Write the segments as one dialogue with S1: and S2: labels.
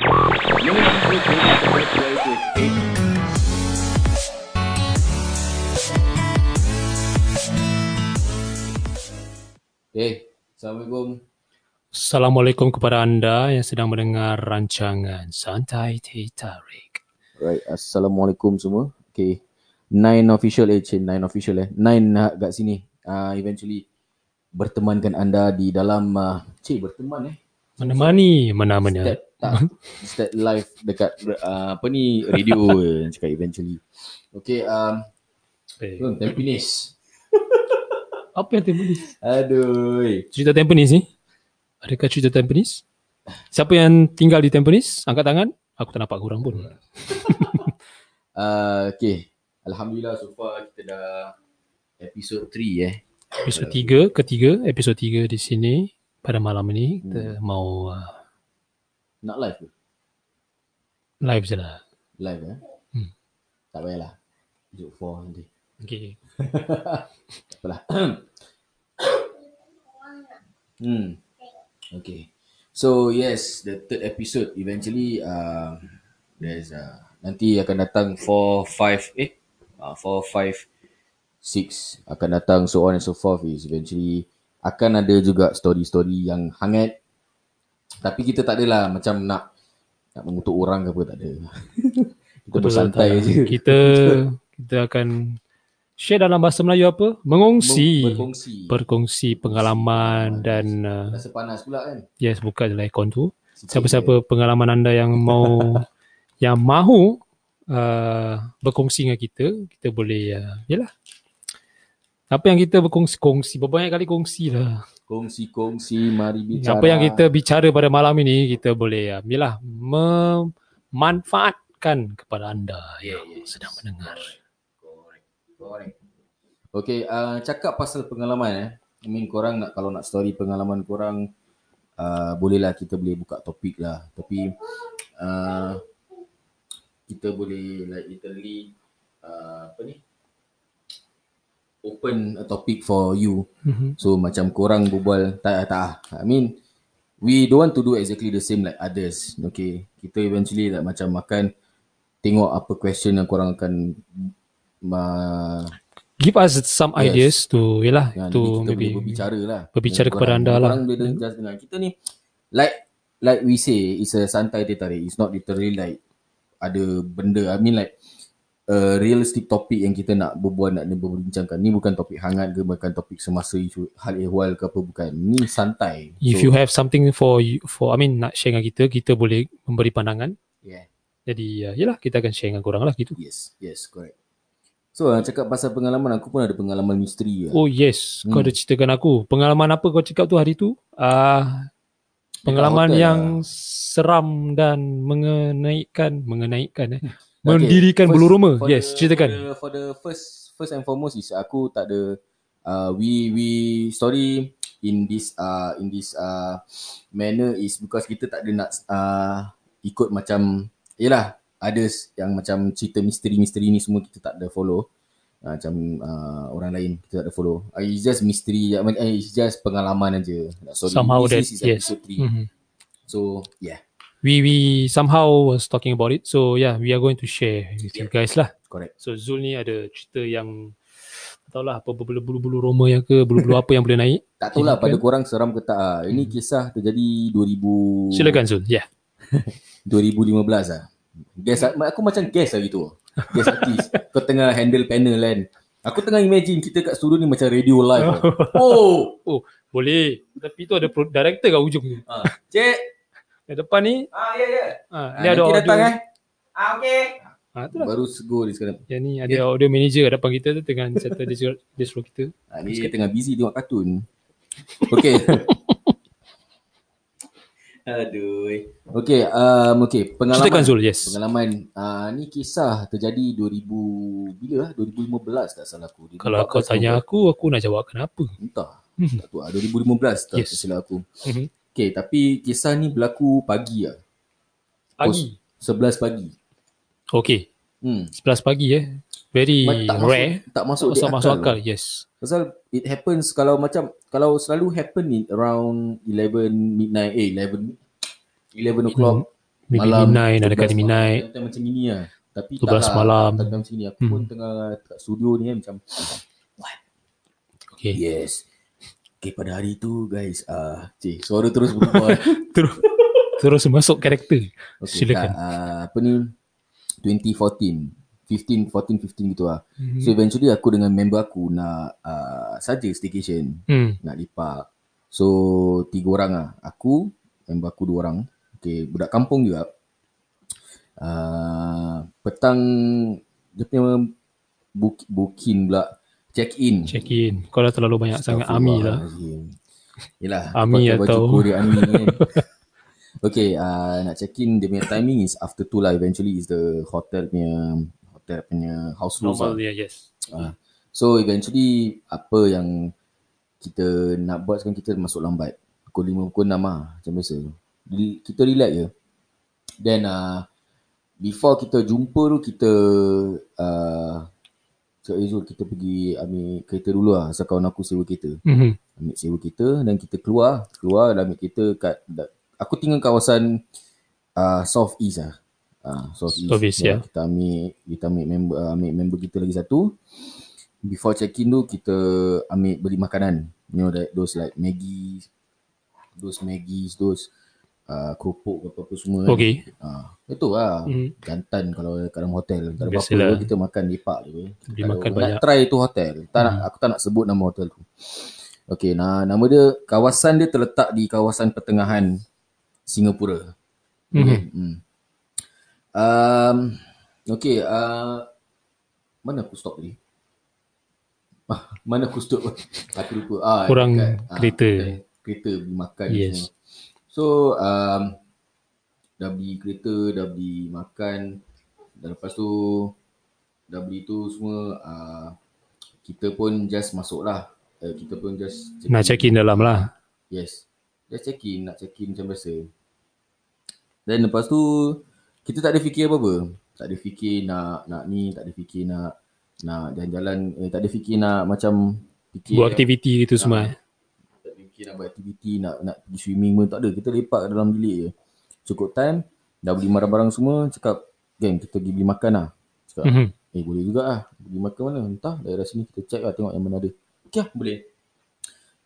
S1: Eh, Okay, Assalamualaikum.
S2: Assalamualaikum kepada anda yang sedang mendengar rancangan Santai Teh Tarik.
S1: Right, Assalamualaikum semua. Okay, nine official eh, cik, nine official eh. Nine uh, kat sini. Uh, eventually, bertemankan anda di dalam, uh, cik berteman eh.
S2: Menemani menamanya.
S1: Step, tak, step live dekat uh, apa ni, radio eh, cakap eventually. Okay, um,
S2: Eh,
S1: Tuan, Tampines.
S2: apa yang Tampines?
S1: Aduh.
S2: Cerita Tampines ni? Adakah cerita Tampines? Siapa yang tinggal di Tampines? Angkat tangan. Aku tak nampak kurang pun.
S1: Uh, okay, Alhamdulillah so far kita dah episode 3 eh.
S2: Episod tiga, ketiga, episod tiga di sini. Pada malam ini, kita mau uh,
S1: Nak live ke?
S2: live je lah.
S1: Live eh?
S2: Hmm.
S1: Tak payahlah.Juk for nanti.
S2: Okay.
S1: Apalah. hmm. Okay. So yes, the third episode eventually uh, there's uh, nanti akan datang 4, 5, eh? Uh, 4, 5, 6 akan datang so on and so forth is eventually akan ada juga story-story yang hangat tapi kita tak adalah macam nak nak mengutuk orang ke apa tak ada. kita
S2: Betul lah,
S1: bersantai
S2: tak.
S1: je.
S2: Kita kita akan share dalam bahasa Melayu apa? Mengongsi.
S1: Berkongsi.
S2: berkongsi pengalaman dan uh,
S1: Rasa panas pula kan.
S2: yes buka je lah aircon tu.
S1: Sikit je.
S2: Siapa-siapa pengalaman anda yang mau yang mahu uh, berkongsi dengan kita, kita boleh uh, yalah. Apa yang kita berkongsi kongsi berbanyak kali kongsi lah.
S1: Kongsi-kongsi, mari bicara.
S2: Apa yang kita bicara pada malam ini kita boleh uh, yalah memanfaatkan kepada anda yang sedang mendengar.
S1: Correct. Correct. Okay, uh, cakap pasal pengalaman eh. I mean korang nak, kalau nak story pengalaman korang, uh, bolehlah kita boleh buka topik lah. Tapi uh, kita boleh like literally uh, apa ni? Open a topic for you.
S2: Mhm.
S1: So macam korang berbual tak tak ah. I mean we don't want to do exactly the same like others. Okay. Kita eventually like macam akan tengok apa question yang korang akan uh,
S2: Give us some
S1: Yes.
S2: ideas to yalah
S1: yang
S2: to
S1: Kan, kita boleh
S2: maybe
S1: berbicara lah.
S2: berbicara
S1: Korang-
S2: kepada anda lah.
S1: Korang boleh just dengar. Kita ni like like we say it's a santai dia tarik. It's not literally like ada benda. I mean like a realistic topik yang kita nak berbual nak berbincangkan. Ni bukan topik hangat ke bukan topik semasa isu hal ehwal ke apa bukan. Ni santai.
S2: If you have something for you, for I mean nak share dengan kita, kita boleh memberi pandangan.
S1: yeah.
S2: Jadi uh, yalah kita akan share dengan korang lah gitu.
S1: Yes, yes, correct. So ah, cakap pasal pengalaman aku pun ada pengalaman misteri lah.
S2: Oh yes, kau
S1: Hmm.
S2: ada ceritakan aku. Pengalaman apa kau cakap tu hari tu? Ah pengalaman
S1: hotel
S2: yang
S1: lah.
S2: seram dan mengenaikkan, mengenaikkan eh. Mendirikan bulu roma.
S1: for
S2: Yes,
S1: the,
S2: ceritakan.
S1: For the, for the first first and foremost is aku tak ada uh, we we story in this uh, in this uh, manner is because kita tak ada nak uh, ikut macam yelah ada yang macam cerita misteri-misteri ni semua kita tak ada follow uh, macam uh, orang lain kita tak ada follow uh, it's just misteri uh, it's just pengalaman aja sorry
S2: Somehow that-
S1: this is
S2: yes.
S1: episode 3
S2: Mhm.
S1: so yeah
S2: We we somehow was talking about it. So yeah, we are going to share with you guys lah.
S1: correct
S2: So Zul ni ada cerita yang tak tahulah apa bulu-bulu roma yang ke bulu-bulu apa yang boleh naik.
S1: tak tahulah
S2: Silakan.
S1: pada korang seram ke tak ah. ini kisah terjadi 2000
S2: Hmm. Silakan Zul. Ya.
S1: 2015 lah. Guess aku macam guess lah gitu. Guess artist. Kau tengah handle panel kan. Aku tengah imagine kita kat studio ni macam radio live. tau. Oh,
S2: Boleh. Tapi tu ada pro- director kat ujung tu.
S1: ha, cik.
S2: Yang depan ni,
S3: Ah, ya, ya.
S2: ha,
S1: Ha,
S2: ni ada
S1: nanti
S2: audio.
S1: datang eh.
S3: Ah, okey.
S2: Ha, tu lah.
S1: Baru sego dia sekarang.
S2: Yang ni
S1: Ya.
S2: ada audio manager kat depan kita tu tengah settle dia suruh, dia suruh kita.
S1: Ha, ni dia tengah busy tengok kartun. Okay.
S3: Aduh.
S1: okay, um, okay.
S2: Ceritakan
S1: Pengalaman.
S2: Zul, yes.
S1: Pengalaman. Uh, ni kisah terjadi 2000, bila lah? 2015 tak salah aku.
S2: Kalau kau
S1: 2014
S2: tanya aku, aku nak jawab kenapa.
S1: Entah.
S2: Hmm.
S1: Tak tahu. ah, 2015 tak yes.
S2: Yes.
S1: silap aku.
S2: Mhm.
S1: Okay, tapi kisah ni berlaku pagi lah.
S2: Pagi.
S1: 11 pagi.
S2: Okey,
S1: Hmm.
S2: 11 pagi eh. Very
S1: Ma- tak
S2: rare.
S1: Masuk, tak masuk
S2: Tak
S1: dia
S2: usah
S1: akal.
S2: masuk akal, yes.
S1: Pasal it happens kalau macam kalau selalu happen in around 11 midnight eh 11 11 o'clock
S2: Hmm. Maybe
S1: Malam,
S2: midnight, ada kali
S1: 12
S2: midnight.
S1: Time macam gini lah. Tapi
S2: 12
S1: tak
S2: malam.
S1: Time macam gini. Aku
S2: Hmm.
S1: pun tengah kat studio ni kan macam
S2: Okay.
S1: yes. Okay pada hari tu guys. ah cik, suara terus berubah.
S2: Terus masuk karakter.
S1: okay,
S2: Silakan.
S1: Tak, ah, apa ni 2014. 15, 14, 15 gitu lah.
S2: Hmm.
S1: So eventually aku dengan member aku nak uh, saja staycation.
S2: Hmm.
S1: nak lipat. So tiga orang lah. Aku, member aku dua orang. Okay, budak kampung juga. Uh, petang dia punya book, booking pula. Check in.
S2: Check in. Kau dah terlalu banyak sangat army lah.
S1: Astagfirullahalazim. Yelah,
S2: Army
S1: pakai baju
S2: atau-
S1: Korea army kan. okay, uh, nak check in dia punya timing is after two lah. Eventually is the hotel punya hotel punya house rules lah.
S2: Normal dia, yes.
S1: Ah. So eventually apa yang kita nak buat sekarang kita masuk lambat. Pukul lima, pukul enam lah macam biasa. Di- Kita relax je. Then uh, before kita jumpa tu kita uh, Cik Izul kita pergi ambil kereta dulu lah asal kawan aku sewa kereta.
S2: Mm-hmm.
S1: Ambil sewa kereta dan kita keluar. Keluar dan ambil kereta kat da- aku tinggal kawasan uh, South East lah. Uh, South East.
S2: South East, ya.
S1: Kita ambil kita ambil member uh, ambil member kita lagi satu. Before check-in tu kita ambil beli makanan. You know that those like Maggi, those Maggi, those uh, keropok apa-apa semua. kan.
S2: Okay.
S1: Ah, itu lah.
S2: Mm.
S1: Jantan kalau kat dalam hotel. Tak ada apa-apa.
S2: Biasalah.
S1: Kita makan lepak je.
S2: Beli
S1: Kalau
S2: makan
S1: nak
S2: banyak. Hmm.
S1: try tu hotel. Tak nak, aku tak nak sebut nama hotel tu. Okay, nah, nama dia, kawasan dia terletak di kawasan pertengahan Singapura.
S2: Mm-hmm.
S1: Hmm. Um, okay, uh, mana aku stop tadi? Ah, mana aku stop? aku lupa. Ah,
S2: Kurang
S1: ah,
S2: kereta.
S1: dekat kereta beli makan
S2: Yes.
S1: semua. So, um, dah beli kereta, dah beli makan. Dan lepas tu, dah beli tu semua, uh, kita pun just masuk lah. Eh, kita pun just check
S2: Nak check in dalam lah.
S1: Yes. Just check in, nak check in macam biasa. Then lepas tu kita tak ada fikir apa-apa. Tak ada fikir nak nak ni, tak ada fikir nak nak jalan-jalan, eh, tak ada fikir nak macam fikir
S2: Buat aktiviti
S1: Ah,
S2: gitu semua. eh.
S1: tak fikir nak buat aktiviti, nak nak pergi swimming pun tak ada. Kita lepak dalam bilik je. Cukup time, dah beli barang-barang semua, cakap, "Geng, kita pergi beli makan lah." Cakap,
S2: Mm-hmm.
S1: Eh boleh juga lah Pergi makan mana Entah daerah sini kita check lah Tengok yang mana ada Okay lah boleh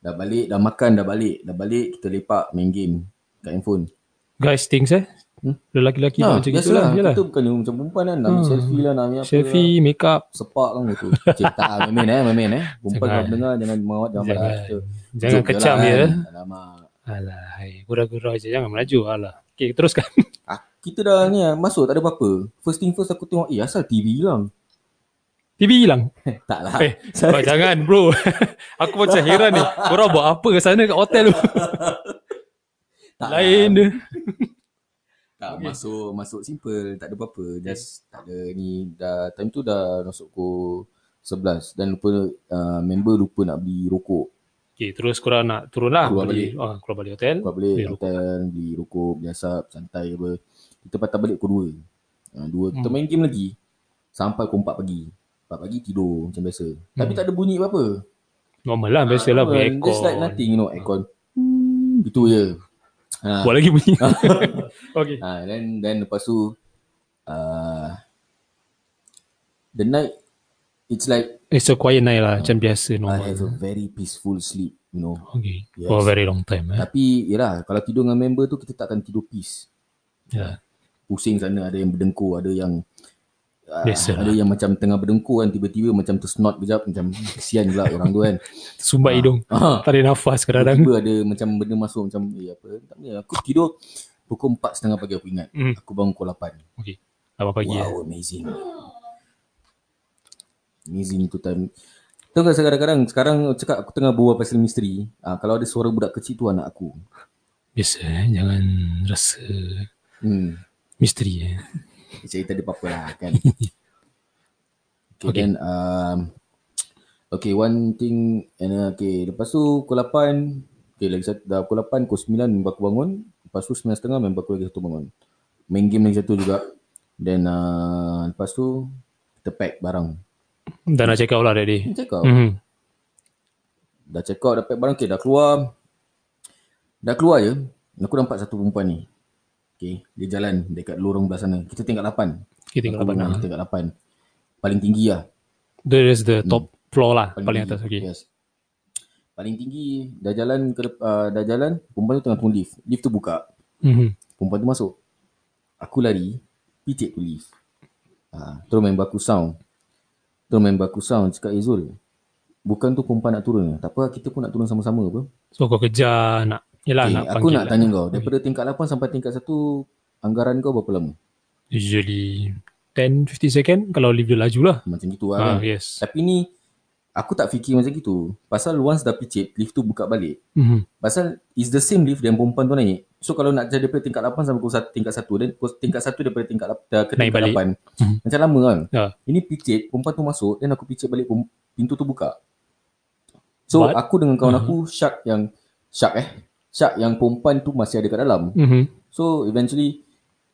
S1: Dah balik Dah makan dah balik Dah balik kita lepak Main game Kat handphone
S2: Guys things eh.
S1: Hmm?
S2: Lelaki-lelaki
S1: Nah,
S2: nah, macam gitu lah. Yalah.
S1: Kita bukan yang macam perempuan kan Nak ambil
S2: Hmm.
S1: selfie lah Nak ambil apa
S2: Selfie, make up.
S1: lah. Sepak kan gitu Cik tak lah main-main eh Main-main eh Perempuan
S2: Jangan.
S1: kalau dengar Jangan mawat Jangan marah
S2: Jangan.
S1: Kita
S2: Jangan
S1: joke je
S2: kecam
S1: lah
S2: ya.
S1: kan. Alamak
S2: Alah, hai. Gurau-gurau je. Jangan melaju. Alah. Okay, teruskan.
S1: Ah, Kita dah ni lah Masuk tak ada apa-apa First thing first aku tengok Eh asal TV hilang
S2: TV hilang.
S1: Tak lah
S2: Eh, Kau jangan bro. Aku macam heran ni. Korang buat apa kat sana kat hotel tu?
S1: tak lah.
S2: Lain dia.
S1: Tak
S2: Okay.
S1: okay. masuk masuk simple, tak ada apa-apa. Just tak ada ni dah time tu dah masuk pukul 11 dan lupa uh, member lupa nak beli rokok.
S2: Okay, terus korang nak turun lah.
S1: Keluar
S2: Beli- Ah, keluar balik hotel.
S1: Kau balik
S2: Beli
S1: beli hotel beli rokok, biasa santai apa. Kita patah balik pukul 2. Uh, 2 kita
S2: Hmm.
S1: main game lagi sampai pukul 4 pagi. 4 pagi tidur macam biasa. Tapi
S2: Hmm.
S1: tak ada bunyi apa-apa.
S2: Normal lah. Biasalah
S1: Ah,
S2: beli
S1: Just like
S2: aircon.
S1: nothing you know, aircon. Hmm, gitu je. Ha.
S2: Buat lagi bunyi. okay.
S1: Ha, then, then lepas tu uh, The night It's like
S2: It's a quiet night lah. Macam
S1: I
S2: biasa normal.
S1: have a very peaceful sleep You know
S2: Okay.
S1: Ah, Yes.
S2: For a very long time. Eh.
S1: Tapi yelah Kalau tidur dengan member tu Kita takkan tidur peace
S2: Yeah.
S1: Pusing sana Ada yang berdengkur Ada yang ah,
S2: Biasalah.
S1: Ada yang macam tengah berdengkur kan Tiba-tiba macam tersenot kejap Macam kesian pula orang tu kan
S2: Sumbat
S1: Ah.
S2: hidung.
S1: Ah.
S2: Tak ada nafas kadang-kadang.
S1: Tiba-tiba ada macam benda masuk Macam eh apa Tak boleh Aku tidur Pukul 4.30 pagi aku ingat
S2: Hmm.
S1: Aku bangun pukul 8
S2: Okay. Abang pagi eh.
S1: Wow, amazing. Amazing tu time. Tahu tak kadang-kadang sekarang cakap aku tengah berbual pasal misteri. Ah, kalau ada suara budak kecil tu anak aku.
S2: Biasa eh. Jangan rasa
S1: Hmm.
S2: misteri eh.
S1: Cerita dia apa-apa lah kan. okay,
S2: Okay.
S1: okay. then um, okay one thing and uh, okay lepas tu pukul 8 okay lagi satu dah pukul 8 pukul 9 member aku bangun lepas tu 9.30 member aku lagi satu bangun main game lagi satu juga then uh, lepas tu kita pack barang
S2: Dah nak check out lah that day.
S1: check out
S2: Mm-hmm.
S1: Dah check out, dah pack barang, okay, dah keluar. Dah keluar je. Aku nampak satu perempuan ni. Okay, Okay. Dia jalan dekat lorong belah sana. Kita tingkat 8.
S2: Kita tengok lapan. ha.
S1: Kita tingkat 8. Paling tinggi lah.
S2: That is the top floor lah. Paling,
S1: Hmm.
S2: atas.
S1: tinggi,
S2: Okay.
S1: Yes. Paling tinggi dah jalan ke dep- uh, dah jalan perempuan tu tengah tunggu lift. Lift tu buka.
S2: Mm-hmm.
S1: Perempuan tu masuk. Aku lari, picit tu lift. Ha, terus member aku sound. Terus member aku sound cakap Izul. Bukan tu perempuan nak turun. Tak apa kita pun nak turun sama-sama apa.
S2: So kau kejar nak. Yelah
S1: Okay,
S2: nak
S1: aku
S2: panggil
S1: nak
S2: lah.
S1: tanya kau. Daripada tingkat 8 sampai tingkat 1 anggaran kau berapa lama?
S2: Usually 10-50 second kalau lift dia laju lah.
S1: Macam gitu lah.
S2: Ah,
S1: kan?
S2: yes.
S1: Tapi ni aku tak fikir macam gitu. Pasal once dah picit, lift tu buka balik.
S2: Mm-hmm.
S1: Pasal it's the same lift dan perempuan tu naik. So kalau nak jadi daripada tingkat 8 sampai pukul 1, tingkat 1 dan pukul tingkat 1 daripada tingkat lap- eh, ke tingkat
S2: Naik balik.
S1: 8.
S2: Mhm.
S1: Macam lama kan.
S2: Ya.
S1: Ini picit, perempuan tu masuk dan aku picit balik pem- pintu tu buka. So
S2: But-
S1: aku dengan kawan
S2: Mhm.
S1: aku syak yang syak eh. Syak yang perempuan tu masih ada kat dalam.
S2: Mm-hmm.
S1: So eventually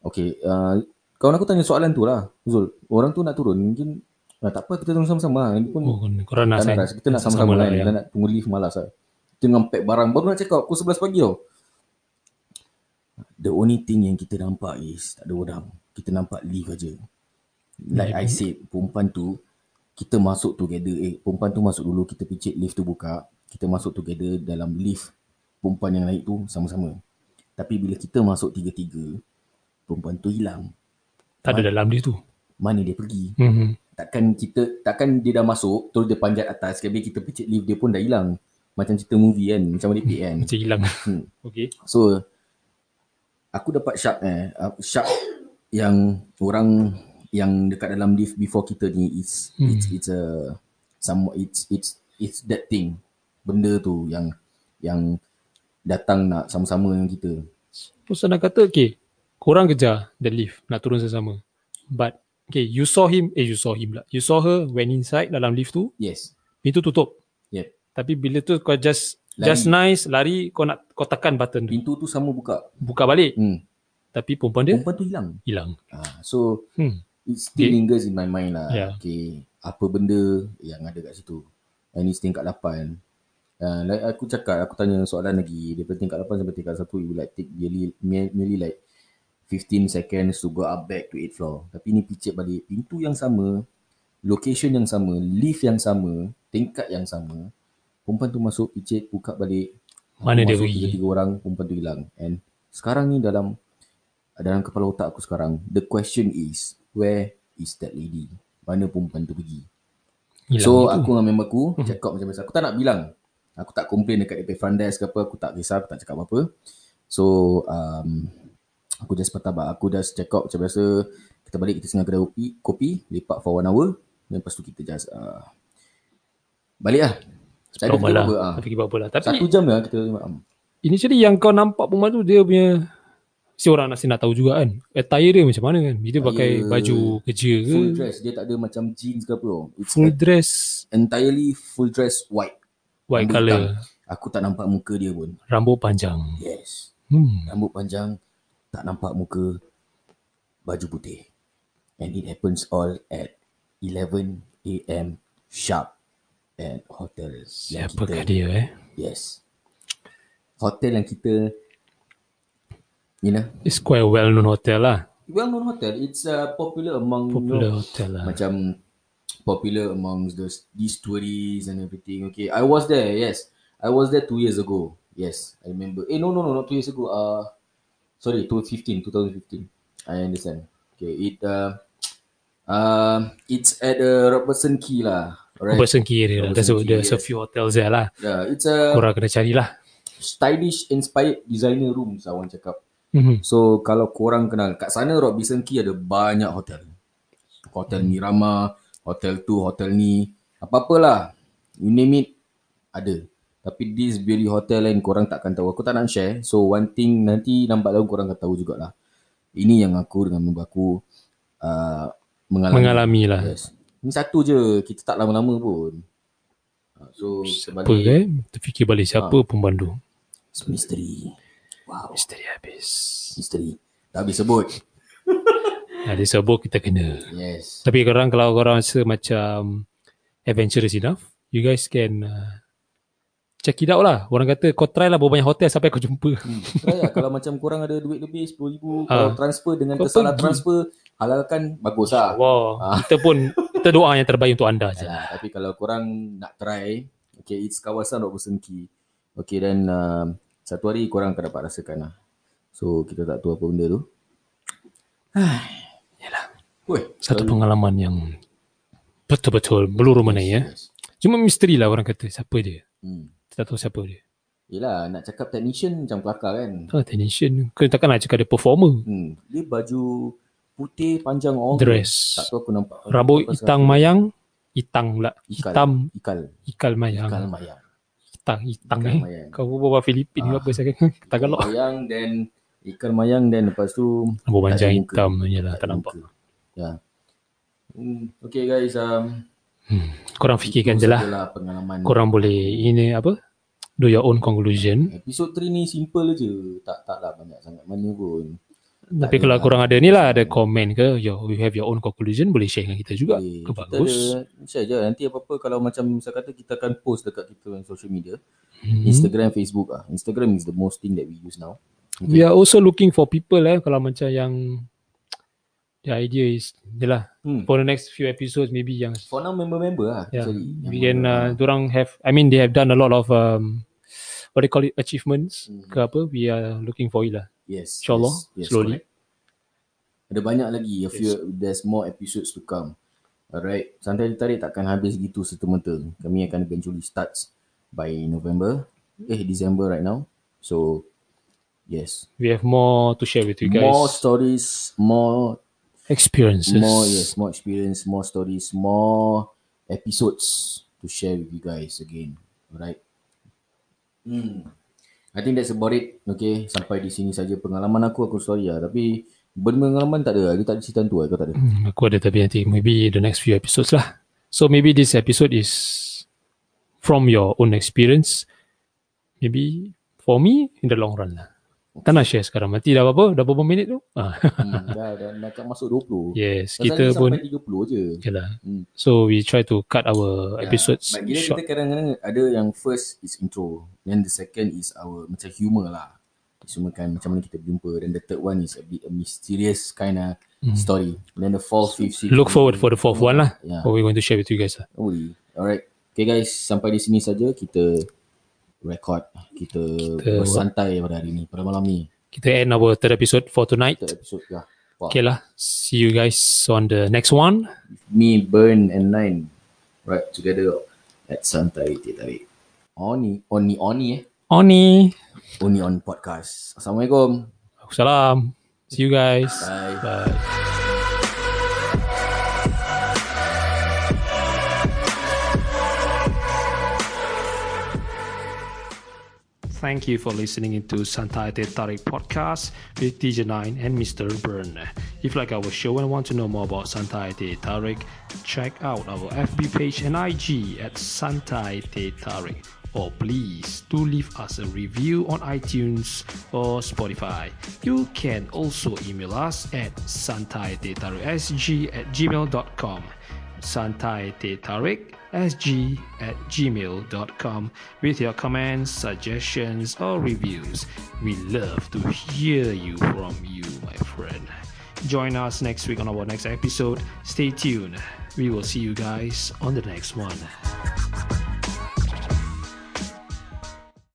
S1: Okay uh, Kawan aku tanya soalan tu lah Zul Orang tu nak turun Mungkin ah, Tak apa kita turun sama-sama lah. Ini pun
S2: Oh, korang nak
S1: tak nak
S2: sign.
S1: rasa. Kita nak sama-sama
S2: Sama
S1: lah
S2: lah, ya.
S1: Kita nak tunggu lift malas lah Kita dengan pack barang Baru nak check out Pukul 11 pagi tau The only thing yang kita nampak is Tak ada orang Kita nampak lift aja Like I said Perempuan tu Kita masuk together Eh perempuan tu masuk dulu Kita picit lift tu buka Kita masuk together Dalam lift Perempuan yang naik tu Sama-sama Tapi bila kita masuk tiga-tiga Perempuan tu hilang
S2: Tak ada dalam lift tu.
S1: Mana dia pergi
S2: Mm-hmm.
S1: takkan kita takkan dia dah masuk terus dia panjat atas tapi kita picit lift dia pun dah hilang macam cerita movie kan macam merepek kan
S2: Macam hilang.
S1: Hmm.
S2: Okay.
S1: so aku dapat shark eh uh, shark yang orang yang dekat dalam lift before kita ni it's
S2: Hmm.
S1: it's it's a some it's it's it's that thing benda tu yang yang datang nak sama-sama dengan kita
S2: Terus nak kata, okay, korang kejar the lift, nak turun sama-sama. But, okay, you saw him, eh you saw him lah. You saw her when inside dalam lift tu,
S1: yes
S2: pintu tutup.
S1: Yep.
S2: Tapi bila tu kau just,
S1: Lari.
S2: just nice, lari, kau nak, kau tekan button tu.
S1: pintu tu sama buka
S2: Buka balik.
S1: hmm.
S2: Tapi perempuan dia
S1: perempuan tu hilang
S2: hilang.
S1: Ah, so
S2: Hmm.
S1: it still
S2: Okay.
S1: lingers in my mind lah.
S2: Yeah.
S1: Okay, apa benda yang ada kat situ. And it's tingkat 8. Uh, like aku cakap, aku tanya soalan lagi. Daripada tingkat 8 sampai tingkat 1, it will like take nearly, nearly like 15 seconds to go up back to 8th floor. Tapi ni picit balik. Pintu yang sama, location yang sama, lift yang sama, tingkat yang sama. Perempuan tu masuk picit, buka balik.
S2: Mana dia
S1: masuk
S2: pergi?
S1: Tiga-tiga orang, perempuan tu hilang. And sekarang ni dalam dalam kepala otak aku sekarang, the question is, where is that lady? Mana perempuan tu pergi?
S2: Hilang
S1: so
S2: itu. Mhm.
S1: aku dengan member aku cakap macam biasa. Aku tak nak bilang. Aku tak complain dekat depan front desk ke apa. Aku tak kisah. Aku tak cakap apa-apa. So um, aku just bertabak. Aku just check out macam biasa. Kita balik kita sengah kedai kopi. kopi lepak for one hour. Dan lepas tu kita just uh, balik lah. Tak ada
S2: Tak
S1: fikir
S2: lah.
S1: apa-apa.
S2: Tak
S1: ah.
S2: fikir apa-apa lah. Tapi
S1: Satu jam lah kita. Um,
S2: initially yang kau nampak perempuan tu dia punya si orang nak, nak tahu juga kan. Attire dia macam mana kan. Dia pakai
S1: Attire,
S2: baju kerja ke.
S1: Ya. full dress. Dia tak ada macam jeans ke apa. tau. It's
S2: Full dress.
S1: entirely full dress white.
S2: White
S1: Rambut
S2: colour.
S1: Aku tak nampak muka dia pun.
S2: Rambut panjang.
S1: Yes.
S2: Hmm.
S1: Rambut panjang, tak nampak muka, baju putih. And it happens all at 11 am sharp at hotel. yang
S2: Siapakah
S1: kita-
S2: dia eh?
S1: Yes. Hotel yang kita, you know,
S2: It's quite a well-known hotel lah.
S1: well-known hotel. It's uh, popular among, you know,
S2: Popular hotel lah.
S1: macam popular amongst those these tourists and everything. Okay, I was there. Yes, I was there two years ago. Yes, I remember. Eh, no, no, no, not two years ago. Uh, sorry, 2015, 2015. I understand. Okay, it uh, um, it's at the Robertson Key lah. Right.
S2: Robertson Key area lah. There's a,
S1: Robertson Quay,
S2: there's a
S1: yes.
S2: few hotels there lah.
S1: Yeah, it's a
S2: Korang kena carilah.
S1: stylish inspired designer rooms. I want cakap.
S2: Mhm.
S1: So kalau korang kenal kat sana Robinson Key ada banyak hotel. Hotel Mirama, hotel tu, hotel ni, apa-apalah. You name it ada. Tapi this beauty hotel lain korang takkan tahu. Aku tak nak share. So one thing nanti nampak laun korang akan tahu jugalah. Ini yang aku dengan member aku uh, mengalami.
S2: Mengalami lah.
S1: Yes. Ini satu je. Kita tak lama-lama pun. Ah, So
S2: Apa
S1: sebalik
S2: eh? Terfikir balik siapa
S1: Ah.
S2: perempuan tu.
S1: misteri. Wow.
S2: Misteri habis.
S1: Misteri. Tak habis sebut.
S2: Ada sebut kita kena.
S1: Yes.
S2: Tapi korang kalau korang rasa macam adventurous enough, you guys can uh, check it out lah. Orang kata kau try lah berapa banyak hotel sampai kau jumpa.
S1: Hmm. Try lah. kalau macam kurang ada duit lebih RM10,000 Kalau
S2: Ah.
S1: transfer dengan
S2: Kau
S1: tersalah
S2: pergi.
S1: transfer Halalkan bagus lah
S2: Wow.
S1: Ah.
S2: Kita pun kita doa yang terbaik untuk anda je.
S1: Yalah, tapi kalau korang nak try, okay, it's kawasan Robertson Key. Okay, dan uh, satu hari korang akan dapat rasakan lah. So, kita tak tahu apa benda tu. Yalah. Woi,
S2: Satu pengalaman yang betul-betul meluru mana ya. Cuma misteri lah orang kata siapa dia.
S1: Hmm.
S2: Kita tak tahu siapa dia.
S1: Yelah, nak cakap technician macam kelakar kan.
S2: Ah, technician. Kau takkan nak cakap dia performer.
S1: Hmm. Dia baju putih panjang all the way.
S2: Dress.
S1: Oh, Tak tahu aku nampak. Aku
S2: Rambut
S1: rasa
S2: hitam mayang. Hitang pula.
S1: Ikal.
S2: Hitam
S1: Ikal.
S2: ikal mayang.
S1: Ikal mayang.
S2: Hitang, hitang
S1: Ikal
S2: eh.
S1: mayang.
S2: Kau berbual bahasa Filipin ke
S1: Ah.
S2: apa saya kata. Tak galak.
S1: Mayang dan ikal mayang dan lepas tu
S2: Rambut panjang
S1: ada muka.
S2: hitam je lah. Tak nampak.
S1: Ya. Hmm, okay guys, um,
S2: Korang fikirkan je lah.
S1: sajalah pengalaman.
S2: Korang boleh ini apa? Do your own conclusion.
S1: Episod 3 ni simple je. Tak taklah banyak sangat mana pun. ada
S2: Tapi kalau
S1: lah.
S2: korang ada ni lah, ada komen ke, yo, you have your own conclusion, boleh share dengan kita juga.
S1: Boleh.
S2: Ke
S1: Kita
S2: Ya. Oh, bagus.
S1: Ada, share je nanti apa-apa kalau macam saya kata kita akan post dekat kita on social media.
S2: Hmm.
S1: Instagram, Facebook ah. Instagram is the most thing that we use now.
S2: We are also looking for people eh, kalau macam yang the idea is, yelah,
S1: Hmm.
S2: for the next few episodes maybe yang
S1: For now member-member lah
S2: Yeah.
S1: actually. Yang
S2: Ya.
S1: ah.
S2: we can, uh,
S1: member-
S2: dorang have, I mean they have done a lot of um, what they call it, achievements
S1: Hmm.
S2: ke apa, we are looking for it lah.
S1: yes.
S2: InsyaAllah,
S1: yes, yes,
S2: slowly.
S1: correct. Ada banyak lagi if
S2: Yes.
S1: you there's more episodes to come. Alright, santai ditarik takkan habis gitu serta-merta. Kami akan eventually starts by November, eh December right now. So yes,
S2: We have more to share with you guys.
S1: more stories, more
S2: experiences.
S1: more yes, more experience, more stories, more episodes to share with you guys again. Alright. Hmm. I think that's about it. Okay, sampai di sini saja pengalaman aku aku sorry lah tapi pengalaman tak ada. Dia tak ada cerita tu lah. Kau tak ada.
S2: Hmm, aku ada tapi nanti maybe the next few episodes lah. So maybe this episode is from your own experience. Maybe for me in the long run lah. Tak nak share sekarang. Nanti dah berapa? Dah berapa minit tu? Ah,
S1: Hmm, dah, dah nak masuk 20.
S2: yes,
S1: Pasal
S2: kita
S1: ni
S2: pun
S1: sampai 30 je.
S2: yalah.
S1: Hmm.
S2: So we try to cut our episodes
S1: Bagi dia
S2: short.
S1: kita kadang-kadang ada yang first is intro, then the second is our macam humor lah. Semua kan macam mana kita berjumpa then the third one is a bit a mysterious kind of
S2: Hmm.
S1: story. Then the fourth, fifth, sixth.
S2: Look forward for the fourth one lah.
S1: Yeah.
S2: What we're going to share with you guys lah.
S1: Don't worry. Alright. Okay guys, sampai di sini saja kita record kita,
S2: Kita-
S1: kita bersantai pada hari ni pada malam ni
S2: Kita end our third episode for tonight.
S1: kita episode ya
S2: Okay lah. See you guys on the next one.
S1: me burn and nine right together at santai tetarik oni oni oni eh
S2: Oni.
S1: oni on podcast assalamualaikum
S2: Aku salam. See you guys.
S1: bye
S2: Bye. Thank you for listening into Santai Te Tarik podcast with DJ9 and Mr. Byrne. If you like our show and want to know more about Santai Te Tarik, check out our FB page and IG at Santai Te Tarik. Or please do leave us a review on iTunes or Spotify. You can also email us at santaitetariksg at gmail.com sg at gmail.com with your comments, suggestions, or reviews. We love to hear you from you, my friend. Join us next week on our next episode. Stay tuned. We will see you guys on the next one.